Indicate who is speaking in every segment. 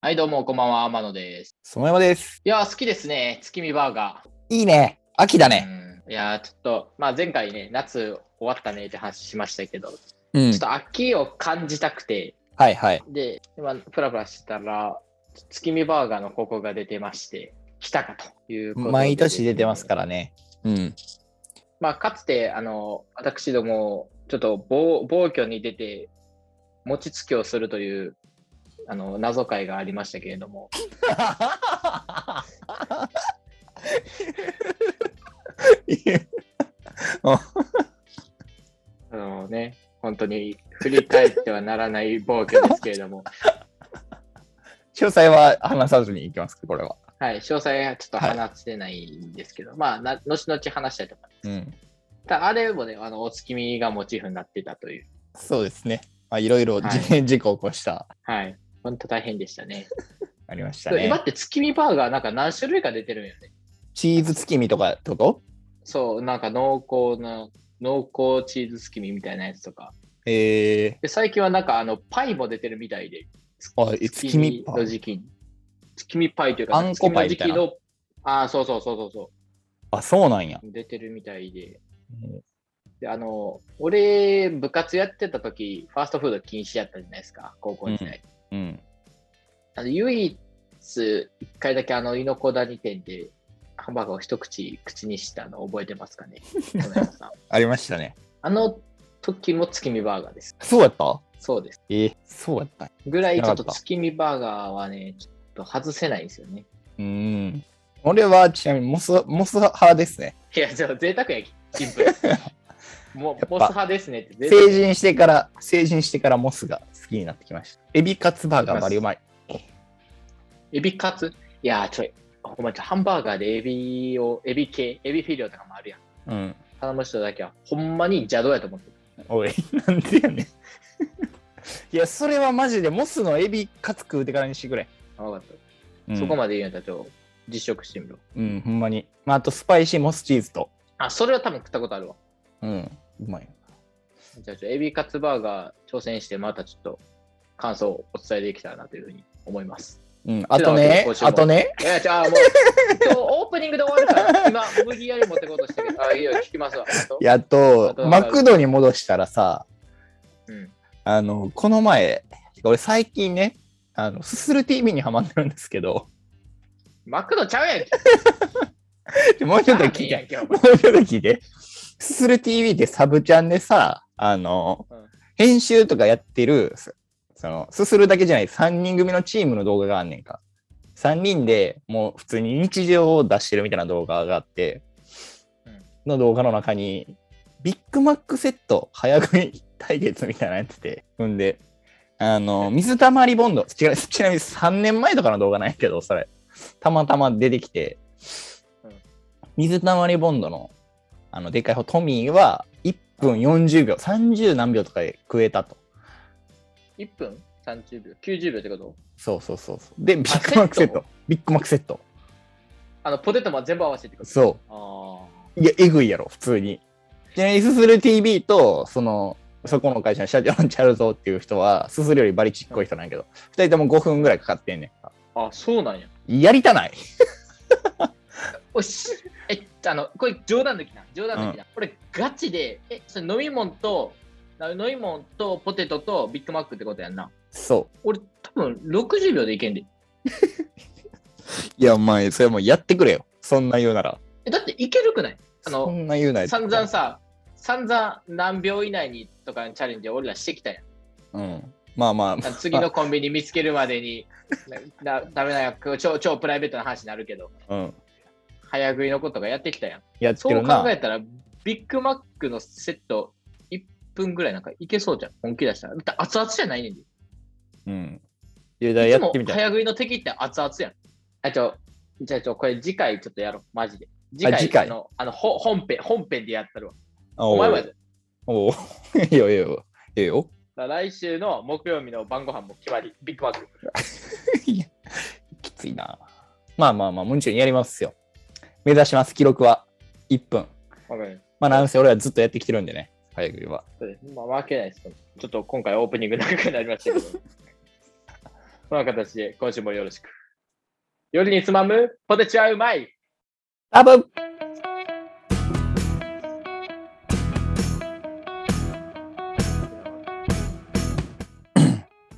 Speaker 1: はい、どうも、こんばんは、天野です。
Speaker 2: 園山です。
Speaker 1: いやー、好きですね、月見バーガー。
Speaker 2: いいね。秋だね。
Speaker 1: うん、いやー、ちょっと、まあ、前回ね、夏終わったねって話しましたけど、ち
Speaker 2: うん
Speaker 1: ょっ。と秋を感じたくて、
Speaker 2: はいはい。
Speaker 1: で、今、プラプラしてたら、月見バーガーの広告が出てまして、来たかということで。
Speaker 2: 毎年出てますかららね。うん。
Speaker 1: まあ、かつて、あの、私ども、ちょっと暴暴挙に出て、餅つきをするという、あの、謎解がありましたけれども、あのね、本当に振り返ってはならない暴挙ですけれど も、
Speaker 2: 詳細は話さずにいきますか、これは。
Speaker 1: はい、詳細はちょっと話せないんですけど、まあな、後々話したいと思います。
Speaker 2: うん。
Speaker 1: たあれもね、あのお月見がモチーフになってたという、
Speaker 2: そうですね。まあ、いろいろ
Speaker 1: はい
Speaker 2: 事件事故を起こした、
Speaker 1: はい、本当大変でしたね。
Speaker 2: ありました
Speaker 1: そう今
Speaker 2: ね
Speaker 1: っ。て月見バーガーなんか何種類か出てるんよね。
Speaker 2: チーズ月見とかってこと
Speaker 1: そう、なんか濃厚な、濃厚チーズ月見みたいなやつとか。
Speaker 2: え
Speaker 1: で、最近はなんかあのパイも出てるみたいで、
Speaker 2: あえ月見パイ
Speaker 1: の時期に。月見パイというか、
Speaker 2: あんこパイみたい
Speaker 1: 月見の
Speaker 2: な
Speaker 1: 時期の、ああ、そうそうそうそうそう。
Speaker 2: ー、あ、そうなんや。
Speaker 1: 出てるみたいで。
Speaker 2: うん
Speaker 1: であの俺、部活やってた時ファーストフード禁止やったじゃないですか、高校時代。
Speaker 2: うん。
Speaker 1: あの唯一、1回だけあの猪子谷店でハンバーガーを一口口にしたの覚えてますか ね、小山さん
Speaker 2: ありましたね。
Speaker 1: あの時も月見バーガーです。
Speaker 2: そうやった
Speaker 1: そうです。
Speaker 2: えー、そうやった。
Speaker 1: ぐらい、ちょっ
Speaker 2: 知ら
Speaker 1: と
Speaker 2: なかった
Speaker 1: 月見バーガーはね、ちょっと外せないんですよね。
Speaker 2: うん。俺はちなみにモス、モス派ですね。
Speaker 1: いや、じゃあ贅沢やき、シン プル。も
Speaker 2: やっぱ
Speaker 1: モス派ですねって、
Speaker 2: 成人してから、成人してからモスが好きになってきました。エビカツバーガーバリうまい。
Speaker 1: エビカツいやー、ちょい、お前、ハンバーガーでエビを、エビ系、エビフィレオとかもあるやん。
Speaker 2: うん。
Speaker 1: 頼む人だけは、ほんまに邪道やと思ってる。
Speaker 2: おい、 なんでやねん。いや、それはマジで、モスのエビカツ食うてからにしてくれ。
Speaker 1: あわかった。そこまで言うんやったら、ちょ、実食してみろ。
Speaker 2: で。うん、ほんまに。まあ、あと、スパイシーモスチーズと。
Speaker 1: あ、それは多分食ったことあるわ。
Speaker 2: うん、うまい。
Speaker 1: じゃあ、ちょエビカツバーガー挑戦して、またちょっと、感想をお伝えできたらなというふうに思います。
Speaker 2: うん、あとね
Speaker 1: 今週、も
Speaker 2: あとね、
Speaker 1: いや、じゃあ、もう、今日オープニングで終わるから、今、無理やり持ってこうとしてるけど、あ、いいよ、聞きますわ。あと
Speaker 2: やっ
Speaker 1: あ
Speaker 2: と
Speaker 1: と、は
Speaker 2: マクドに戻したらさ、
Speaker 1: うん。
Speaker 2: あの、この前、俺最近ね、あの、すする TV にハマってるんですけど、
Speaker 1: マクドちゃうやんけ。
Speaker 2: もうちょっと聞い
Speaker 1: ラーメンやん、
Speaker 2: て
Speaker 1: けお前
Speaker 2: もうちょっと聞いて。す する TV ってサブチャンでさ、あの、
Speaker 1: うん
Speaker 2: 編集とかやってる、すその、すするだけじゃない、3人組のチームの動画があんねんか。3人でもう普通に日常を出してるみたいな動画があって、
Speaker 1: うん
Speaker 2: の動画の中に、ビッグマックセット早食い対決みたいなのやってて、ほんで、あの、水たまりボンド、ちなちなみに3年前とかの動画なんやけど、それ、たまたま出てきて、水たまりボンドのあのでっかい方トミーは1分40秒30何秒とかで食えたと
Speaker 1: 1分30秒、90秒ってこと
Speaker 2: そうそうそうそうでビッグマックセッ
Speaker 1: セッ
Speaker 2: トビッグマックセット
Speaker 1: あの、ポテトも全部合わせてってこと
Speaker 2: そ
Speaker 1: ああ。
Speaker 2: ういやえぐいやろ普通にちなみにすする TV とそのそこの会社の社長のチャルゾーっていう人はすするよりバリちっこい人なんやけど2人とも5分ぐらいかかってんね
Speaker 1: あ、そうなんや。
Speaker 2: んやりたない
Speaker 1: おし、え、あの、これ冗談抜きな、冗談抜きな。これガチで、え、それ飲み物と、な飲み物とポテトとビッグマックってことやんな。
Speaker 2: そ
Speaker 1: 俺、多分60秒でいけんで。
Speaker 2: ういやお前それもうやってくれよそんな言うなら
Speaker 1: え、だっていけるくないあ
Speaker 2: そ
Speaker 1: の、
Speaker 2: んな言うなよ
Speaker 1: 散々さ、散々何秒以内にとかのチャレンジ俺らしてきたやん。
Speaker 2: うんまあまあ
Speaker 1: あの次のコンビニ見つけるまでに、 ななダメなや超、超プライベートな話になるけど、
Speaker 2: うん
Speaker 1: 早食いのことがやってきたやん。
Speaker 2: やって
Speaker 1: そう
Speaker 2: るな
Speaker 1: 考えたら、ビッグマックのセット1分ぐらいなんかいけそうじゃん、本気出したら。だって熱々じゃないねんで。い
Speaker 2: うん。いや、だからや
Speaker 1: つ
Speaker 2: っ
Speaker 1: も
Speaker 2: てみたい。
Speaker 1: 早食いの敵って熱々やん。あ、ちょ、じゃあちょ、これ次回ちょっとやろう、マジで。次回
Speaker 2: 次回
Speaker 1: のあのほ本編、本編でやったるわ。
Speaker 2: お
Speaker 1: お前は
Speaker 2: うおう いいよいいよ。いいよ。
Speaker 1: だ来週の木曜日の晩ご飯も決まり、ビッグマック。
Speaker 2: いやきついな。まあまあまあ、もちろんやりますよ。目指します、記録は。1分。
Speaker 1: わかりまし
Speaker 2: まあ、なんせ俺はずっとやってきてるんでね。早く言えば。
Speaker 1: たそうですまあ、負けないです。ちょっと今回オープニング長くなりましたけど。この形で今週もよろしく。よりにつまむポテチはうまい
Speaker 2: あぶ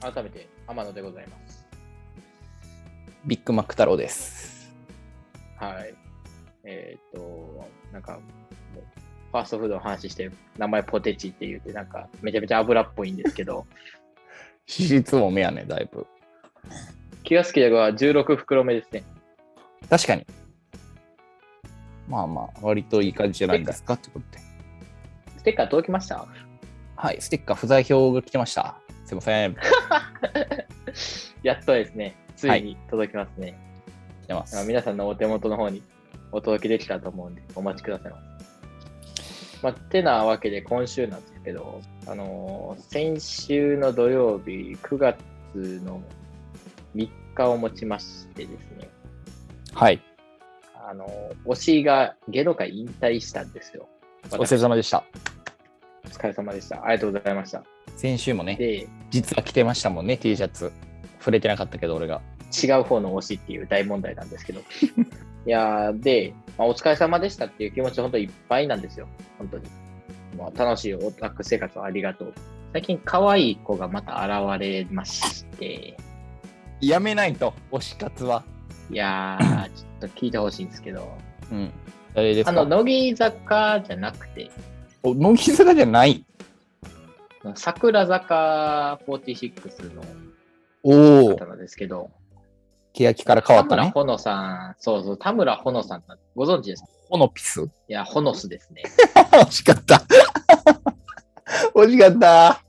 Speaker 1: 改めて天野でございます。
Speaker 2: ビッグマック太郎です。
Speaker 1: はい。えっ、と、なんか、もうファーストフードの話して、名前ポテチって言って、なんか、めちゃめちゃ油っぽいんですけど、
Speaker 2: 脂質多めやね、だいぶ。
Speaker 1: 気が好きだが16袋目ですね。
Speaker 2: 確かに。まあまあ、割といい感じじゃないですかってことで。
Speaker 1: ステッカー届きました
Speaker 2: はい、ステッカー不在表が来てました。すいません。来
Speaker 1: やっとですね、ついに届きますね。
Speaker 2: てます。
Speaker 1: あ皆さんのお手元の方にお届けできたと思うんで、お待ちくださいませ。まあ、てなわけで、今週なんですけど、あのー先週の土曜日、9月の3日をもちましてですね、
Speaker 2: はい、
Speaker 1: あのー推しが芸能界引退したんですよ。
Speaker 2: お疲れ様でした。
Speaker 1: お疲れ様でした。ありがとうございました。
Speaker 2: 先週もね、
Speaker 1: で、
Speaker 2: 実は着てましたもんね、T シャツ。触れてなかったけど、俺が。
Speaker 1: 違う方の推しっていう大問題なんですけ ど。いやーで、まあ、お疲れ様でしたっていう気持ち、本当いっぱいなんですよ、本当に。まあ、楽しいオタク生活をありがとう。最近、可愛い子がまた現れまして、
Speaker 2: やめないと、推し活は。
Speaker 1: いやー、ちょっと聞いてほしいんですけど、
Speaker 2: うん。誰です
Speaker 1: あの、
Speaker 2: か
Speaker 1: 乃木坂じゃなくて、
Speaker 2: お乃木坂じゃない。
Speaker 1: 桜坂46の
Speaker 2: おお
Speaker 1: 方。なんですけど、
Speaker 2: 欅から変わった
Speaker 1: 田村
Speaker 2: ね。
Speaker 1: ほのさん、そうそう、田村ほのさんなん、ご存知ですか
Speaker 2: ほのピス。
Speaker 1: いや、ほのすですね。
Speaker 2: 惜しかった。 惜しかった。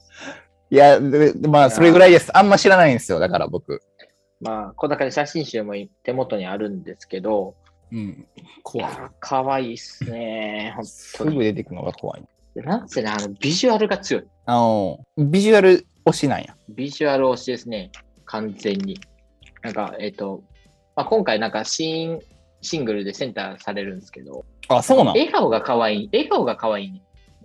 Speaker 2: いや、ででまあ、それぐらいです。あんま知らないんですよ、だから僕。
Speaker 1: まあ、こんな感じで写真集も手元にあるんですけど、
Speaker 2: うん。
Speaker 1: い
Speaker 2: 怖い。
Speaker 1: や、可愛いっすね、本
Speaker 2: す
Speaker 1: 当に
Speaker 2: ぐ。出てくのが怖い。
Speaker 1: なんせね、あの、ビジュアルが強い。
Speaker 2: あの、ビジュアル推しなんや。
Speaker 1: ビジュアル推しですね、完全に。なんか、えっ、と、まあ、今回なんか新シングルでセンターされるんですけど、
Speaker 2: あ、そうなん
Speaker 1: 笑顔が可愛い。笑顔が可愛いね。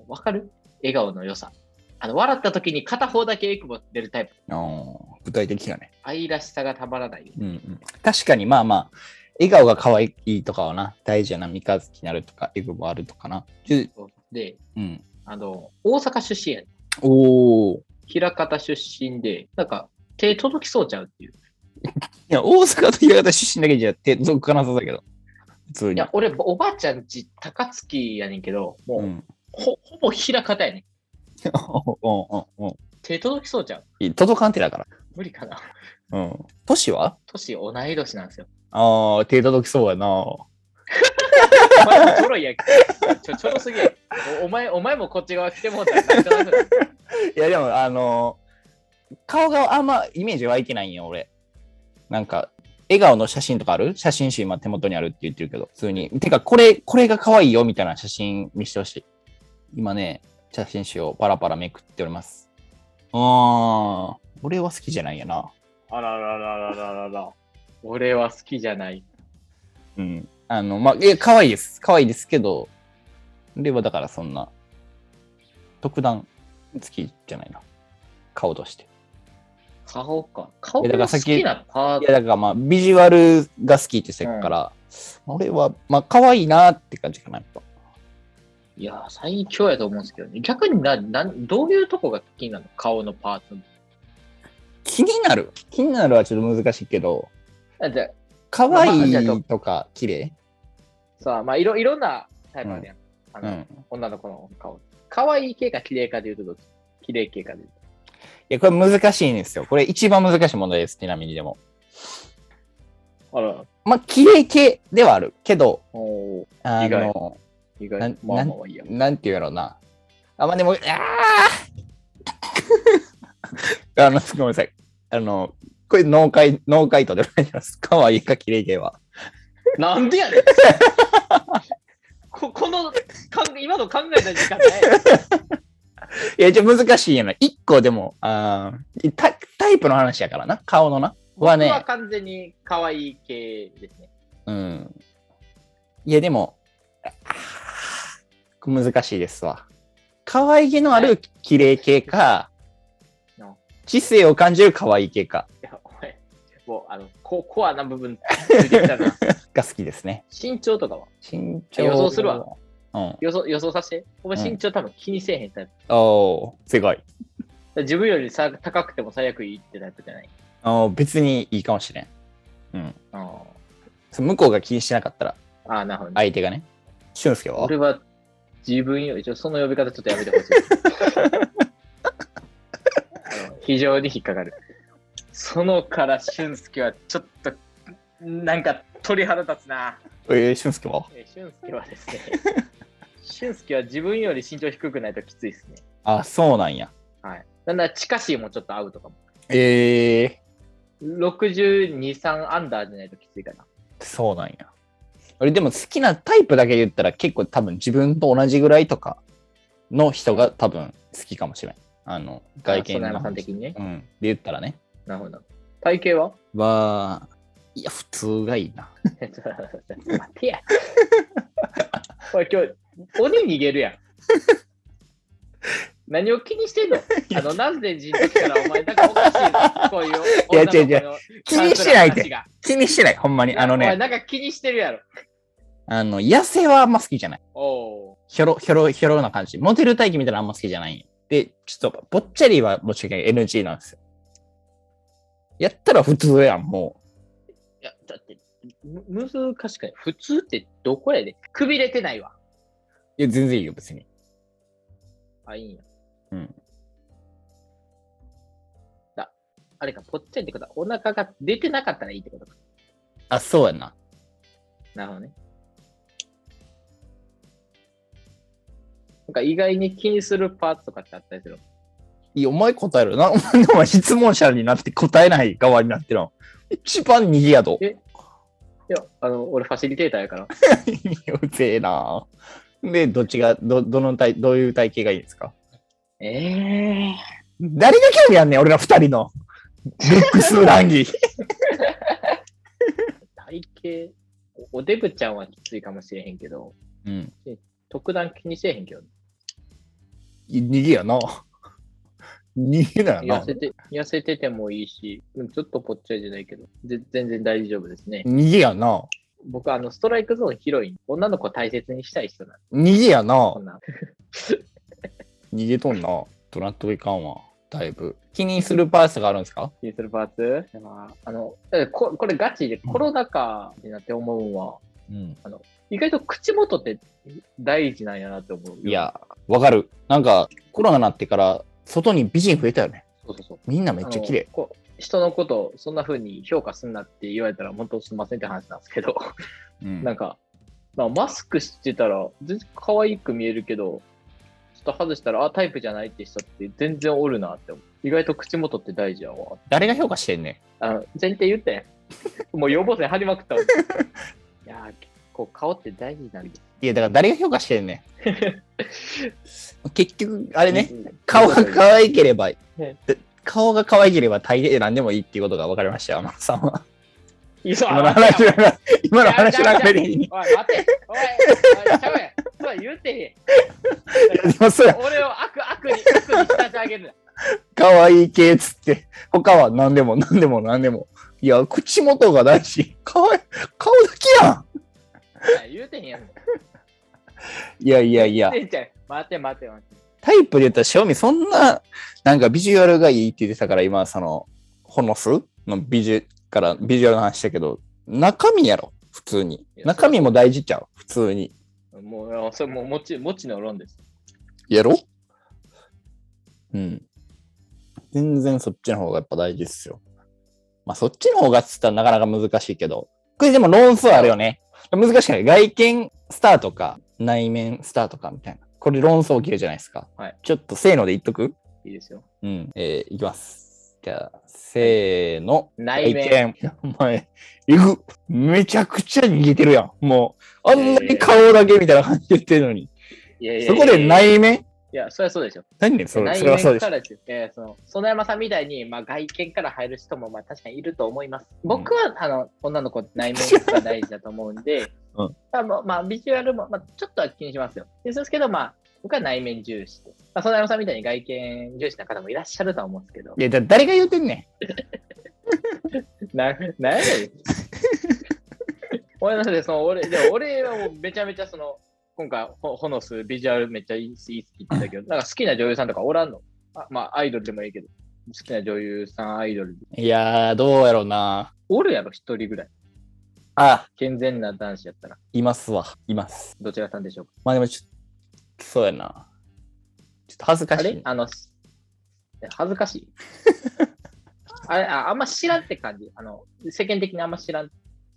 Speaker 1: わかる笑顔の良さ。あの、笑った時に片方だけエクボ出るタイプ。
Speaker 2: あの具体的やね。
Speaker 1: 愛らしさがたまらない。
Speaker 2: うんうん。確かに、まあまあ、笑顔が可愛いとかはな、大事やな、三日月になるとか、エグもあるとかな。ちょ
Speaker 1: で、
Speaker 2: うん。
Speaker 1: あの、大阪出身やね
Speaker 2: おお。い
Speaker 1: 枚方出身で、なんか、手届きそうちゃうっていう。
Speaker 2: や、大阪と岩方出身だけじゃ、手続かなさそうだけど。普通
Speaker 1: い
Speaker 2: に
Speaker 1: や。、俺、おばあちゃんち、高槻やねんけど、もう、
Speaker 2: うん。
Speaker 1: ほほぼ枚方やねん。
Speaker 2: うんうんうん
Speaker 1: 手届きそうちゃう。
Speaker 2: いや。届かんてだから。
Speaker 1: 無理かな。
Speaker 2: うん。都市は
Speaker 1: 年同い年なんですよ。
Speaker 2: ああ、手届きそうやな。
Speaker 1: お前もちょろいやんちょちょろすぎやんおお前、お前もこっち側来てもうたらなんとなく
Speaker 2: いや、でも、あのー顔があんまイメージ湧いてないんよ、俺。なんか、笑顔の写真とかある写真集今手元にあるって言ってるけど、普通に。てか、これ、これが可愛いよ、みたいな写真見せてほしい。今ね、写真集をパラパラめくっております。ああ、俺は好きじゃないやな。
Speaker 1: あららららららら。俺は好きじゃない。
Speaker 2: うん。あの、まあ、え、可愛いです。可愛いですけど、俺はだからそんな、特段好きじゃないな。顔として。
Speaker 1: 顔か。顔
Speaker 2: いやだから
Speaker 1: が
Speaker 2: さ
Speaker 1: 好
Speaker 2: っき
Speaker 1: きなパー
Speaker 2: い
Speaker 1: ト
Speaker 2: や、。だからまあ、ビジュアルが好きってせっかから、俺は、まあ、可愛いなって感じかな、やっぱ。
Speaker 1: いや、最強やと思うんですけどね。逆にな、なんどういうとこが気になるの顔のパート。
Speaker 2: 気になる気になるはちょっと難しいけど、
Speaker 1: だって
Speaker 2: 可愛
Speaker 1: まあまあ
Speaker 2: いとか、綺麗
Speaker 1: さあ、まあ、いろいろんなタイプあるやん。あ
Speaker 2: う
Speaker 1: の
Speaker 2: ん。
Speaker 1: 女の子の顔。可愛い系か綺麗かで言うとどっち綺麗系かで言うと。
Speaker 2: いや、これ難しいんですよ。これ一番難しい問題です、ちなみにでも。
Speaker 1: あら、
Speaker 2: まあ、綺麗系ではあるけど、
Speaker 1: おー
Speaker 2: あ
Speaker 1: 意外
Speaker 2: の、
Speaker 1: 意
Speaker 2: な
Speaker 1: 外
Speaker 2: ん。
Speaker 1: まあまあまあいいや。
Speaker 2: なんていうやろうな。あ、まあでも、あ ああの、ごめんなさい。あの、これ、ノーカイ、ノーカイトでお願いします。 かわいいか、綺麗系は。
Speaker 1: なんでやねん ここのかん、今の考えた時間ない。
Speaker 2: いや、じゃあ難しいやな。一個でも、あータタイプの話やからな。顔のな。は
Speaker 1: 僕 は
Speaker 2: ね、
Speaker 1: 完全に可愛い系ですね。
Speaker 2: うん。いや、でも、あー難しいですわ。可愛げのある綺麗系か
Speaker 1: うん、
Speaker 2: 知性を感じる可愛い系か。
Speaker 1: いや、お前、もうあのココアな部分ついてきた な。
Speaker 2: が好きですね。
Speaker 1: 身長とかは
Speaker 2: 身長。
Speaker 1: 予想するわ。
Speaker 2: うん。
Speaker 1: 予想予想させて。お
Speaker 2: うん
Speaker 1: 前身長多分気にせえへんタイプ。
Speaker 2: おお、すごい。
Speaker 1: 自分よりさ高くても最悪いいってタイプじゃない。
Speaker 2: あー別にいいかもしれん。うん。
Speaker 1: あ
Speaker 2: その向こうが気にしてなかったら、
Speaker 1: ーあー、なるほど、ね。
Speaker 2: 相手がね。俊介は
Speaker 1: 俺は自分より、ちょその呼び方ちょっとやめ てほしい。あの非常に引っかかる。そのから俊介はちょっとなんか鳥肌立つな。
Speaker 2: えー、俊介は
Speaker 1: えー俊介は ですね、俊介は自分より身長低くないときついですね。
Speaker 2: あ、そうなんや。
Speaker 1: はい。なんだら近しいもちょっと合うとかも。
Speaker 2: ええ
Speaker 1: 62、3アンダーじゃないときついかな。
Speaker 2: そうなんや。俺でも好きなタイプだけで言ったら結構多分自分と同じぐらいとかの人が多分好きかもしれない。あの、外見
Speaker 1: あ園
Speaker 2: の
Speaker 1: 山さん
Speaker 2: 話。
Speaker 1: 的にね。
Speaker 2: うん。で言ったらね。
Speaker 1: なるほど。体型は
Speaker 2: は、いや、普通がいい な。
Speaker 1: ちょっと待ってや。おい、今日、鬼逃げ るやん。何を気にしてんのあの、南禅寺の時からお前、なんかおかしいな、こういう女の子の。
Speaker 2: いや違う気にしてないで
Speaker 1: 話が。
Speaker 2: 気にしてない、ほんまに。あの
Speaker 1: お前
Speaker 2: ね、
Speaker 1: なんか気にしてるやろ。
Speaker 2: あの、痩せはあんま好きじゃない。
Speaker 1: おお
Speaker 2: ひょろ、ひょろ、ひょろな感じ。モデル体型みたいなのあんま好きじゃないんよで、ちょっと、ぽっちゃりはもちろん NG なんですよ。やったら普通やん、もう。
Speaker 1: ー。いや、だって、む難しくない。普通ってどこやでくびれてないわ。
Speaker 2: いや、全然いいよ、別に。
Speaker 1: あ、いいんや。
Speaker 2: うん。
Speaker 1: だ、あれか、ぽっちゃりってことは、お腹が出てなかったらいいってことか。
Speaker 2: あ、そうやんな。
Speaker 1: なるほどね。なんか意外に気にするパーツとかってあったりする
Speaker 2: いや、お前答えるな。お前お前質問者になって答えない側になってるの。一番逃げやど。
Speaker 1: えいや、あの、俺ファシリテーターやから。
Speaker 2: うぜえな。で、どっちが、ど、どの体、どういう体型がいいですか
Speaker 1: ええ
Speaker 2: 誰が興味あんねん、俺ら二人の。ルックス談義。
Speaker 1: 体型、おおデブちゃんはきついかもしれへんけど、
Speaker 2: うん。
Speaker 1: 特段気にせえへんけど、
Speaker 2: 逃げやな。逃げだよな
Speaker 1: 痩。せて、痩せててもいいし、うんちょっとぽっちゃりじゃないけど、ぜ全然大丈夫ですね。
Speaker 2: 逃げやな。
Speaker 1: 僕、あの、ストライクゾーン広い、女の子を大切にしたい人なんで、
Speaker 2: 逃げやな
Speaker 1: こ。んな。
Speaker 2: 逃げとんな。ドラッドいかんわ。だいぶ。気にするパーツがあるんですか
Speaker 1: 気にするパーツでもあの、えここれガチでコロナ禍になって思うんは、
Speaker 2: うん。
Speaker 1: 意外と口元って大事なんやなって思う。
Speaker 2: い。や、わかる。なんか、コロナになってから、外に美人増えたよね。
Speaker 1: そうそうそう。
Speaker 2: みんなめっちゃ綺麗
Speaker 1: あの。こう人のことをそんな風に評価すんなって言われたら本当すんませんって話なんですけど、
Speaker 2: うん
Speaker 1: なんか、まあ、マスクしてたら全然可愛く見えるけど、ちょっと外したら、あ、タイプじゃないって人って全然おるなって思う。意外と口元って大事やわ。
Speaker 2: 誰が評価してんね
Speaker 1: あの前提言って ん。もう予防線張りまく ったわ。いやー、結構顔って大事なんです。
Speaker 2: んいや、だから誰が評価してんね ん結局、あれね、
Speaker 1: うん
Speaker 2: 顔が可愛ければ、
Speaker 1: ね
Speaker 2: で顔が可愛ければ大抵何でもいいっていうことが分かりましたよ、天野さんは。
Speaker 1: いいぞ
Speaker 2: 今の話の、今の話の中で。
Speaker 1: おい、
Speaker 2: い
Speaker 1: 待て、おい、おい、ちゃうやん。そう言うてへん。
Speaker 2: やで もそうや、
Speaker 1: 俺を悪悪に悪に仕立て上げるな。
Speaker 2: 可愛い系っつって、他は何でも何でも何でも。いや、口元が大事。可愛い、顔だけやん。
Speaker 1: いや言うてへんやん。い
Speaker 2: いやいやいや、
Speaker 1: 待て待て待て。
Speaker 2: タイプで言ったら、正味そんな、なんかビジュアルがいいって言ってたから、今、その、ホノスのビジュから、ビジュアルの話したけど、中身やろ、普通に
Speaker 1: い。や
Speaker 2: 中身も大事ちゃう、普通に。
Speaker 1: もうあそれもうもちもちの論です。
Speaker 2: やろ うん。全然そっちの方がやっぱ大事っすよ。まあそっちの方がっつったらなかなか難しいけど。これでも論争あるよね。難しくない。外見スターとか、内面スターとかみたいな。これ論争起きるじゃないですか。
Speaker 1: はい。
Speaker 2: ちょっとせーので言っとく
Speaker 1: いいですよ。
Speaker 2: うん。えーいきます。じゃあ、せーの。
Speaker 1: 内面。
Speaker 2: 外見いやお前、えぐ。めちゃくちゃ逃げてるやん。もう、あんなに顔だけみたいな感じで言ってるのに。
Speaker 1: いやいやいや
Speaker 2: そこで
Speaker 1: い
Speaker 2: 内面
Speaker 1: や、そりゃそうでしょ。
Speaker 2: 何ねそれ、
Speaker 1: 内
Speaker 2: それはそう
Speaker 1: 面
Speaker 2: でし
Speaker 1: か
Speaker 2: ょ。
Speaker 1: らですよ。えーその園山さんみたいに、まあ、外見から入る人もまあ確かにいると思います。僕は、あの女の子って内面が大事だと思うんで、
Speaker 2: うん
Speaker 1: あのまあ、ビジュアルも、まあ、ちょっとは気にしますよ。ですけど、まあ、僕は内面重視です。まあ、園山さんみたいに外見重視な方もいらっしゃるとは思うんですけど
Speaker 2: い、や、だ誰が言うてんね
Speaker 1: な、なんやねん。俺なんで、その、俺、でも俺はもうめちゃめちゃその、今回、ほほのすビジュアルめっちゃいい好きって言ってたけど、なんか好きな女優さんとかおらんのあまあ、アイドルでもいいけど、好きな女優さん、アイドル。
Speaker 2: いやー、どうやろうな。
Speaker 1: おるやろ、一人ぐらい。
Speaker 2: あ、
Speaker 1: 健全な男子やったら、
Speaker 2: いますわ。います。
Speaker 1: どちらさんでしょうか。
Speaker 2: まあでもちょっと、そうやな。ちょっと恥ずか
Speaker 1: あ
Speaker 2: しい
Speaker 1: れ
Speaker 2: ね。
Speaker 1: あの、すえ恥ずかしい。あれあ、あんま知らんって感じ。あの、世間的にあんま知らん。
Speaker 2: い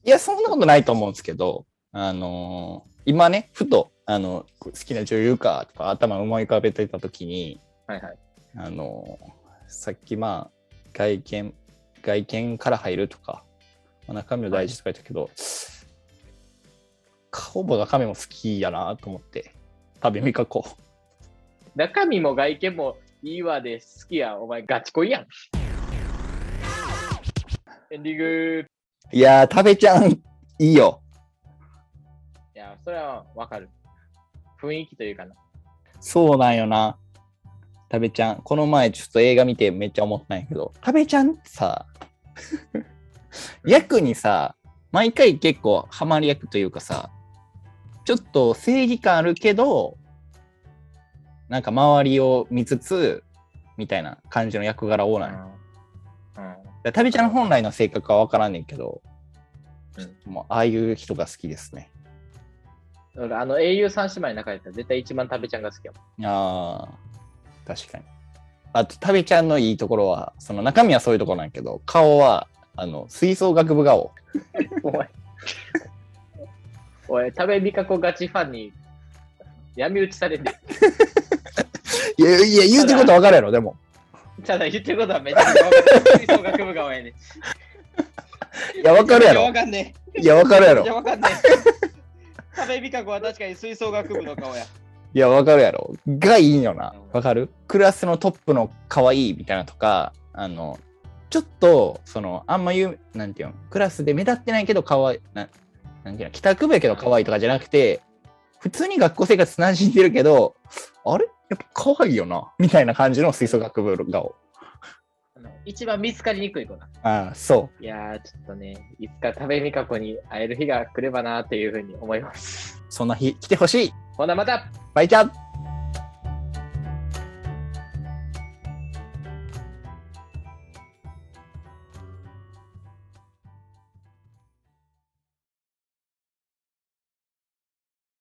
Speaker 2: や、そんなことないと思うんですけど、あのー今ね、ふと、あの、好きな女優かとか頭思い浮かべてたときに、
Speaker 1: はいはい。
Speaker 2: あのーさっきまあ、外見、外見から入るとか、まあ中身を大事とか言ったけど、ほぼ中身も好きやなと思って、旅見かこ
Speaker 1: 中身も外見もいいわで好きや。お前ガチ恋やん。エンディング。
Speaker 2: う。いやー、食べちゃん、いいよ。
Speaker 1: いや、それはわかる。雰囲気というかな。
Speaker 2: そうなんよな。食べちゃん。この前ちょっと映画見てめっちゃ思ったんやけど、食べちゃんってさ、 役にさ、毎回結構ハマり役というかさ、ちょっと正義感あるけど、なんか周りを見つつ、みたいな感じの役柄多
Speaker 1: う
Speaker 2: ない。だか
Speaker 1: ん。うん
Speaker 2: ら食べちゃんの本来の性格はわからんねんけど、
Speaker 1: うん
Speaker 2: ちょっともうああいう人が好きですね。
Speaker 1: 俺、あの、英雄三姉妹の中やったら絶対一番食べちゃんが好きやもん。
Speaker 2: ああ、確かに。あと、食べちゃんのいいところは、その中身はそういうところなんやけど、顔は、あの、吹奏楽部顔。
Speaker 1: お前。おい、食べみかこガチファンに闇討ちされ てる。
Speaker 2: いや、いや、言うてることわかるやろ、でも。
Speaker 1: ただ言ってることはめちゃめちゃわかる。吹奏楽部が多いね。
Speaker 2: いや、わかるや
Speaker 1: いわ
Speaker 2: ろ。
Speaker 1: かんね
Speaker 2: いや、わかるや
Speaker 1: え。いや、
Speaker 2: ろ。
Speaker 1: わかんねえ。食べみかこは確かに吹奏楽部の顔や。
Speaker 2: いや、わかるやろ。がいいよな。わかるクラスのトップの可愛いみたいなとか、あの、ちょっと、その、あんま言う、なんていうの、クラスで目立ってないけど可愛い、ななんていうの、帰宅部やけど可愛いとかじゃなくて、普通に学校生活馴染んでるけど、あれやっぱ可愛いよなみたいな感じの吹奏楽部顔。
Speaker 1: あの一番見つかりにくい子な。
Speaker 2: ああ、そ
Speaker 1: いやー、ちょっとね、いつか食べみかこに会える日が来ればなーっていうふうに思います。
Speaker 2: う。そんな日来てほしい
Speaker 1: ほな、また
Speaker 2: バイチャー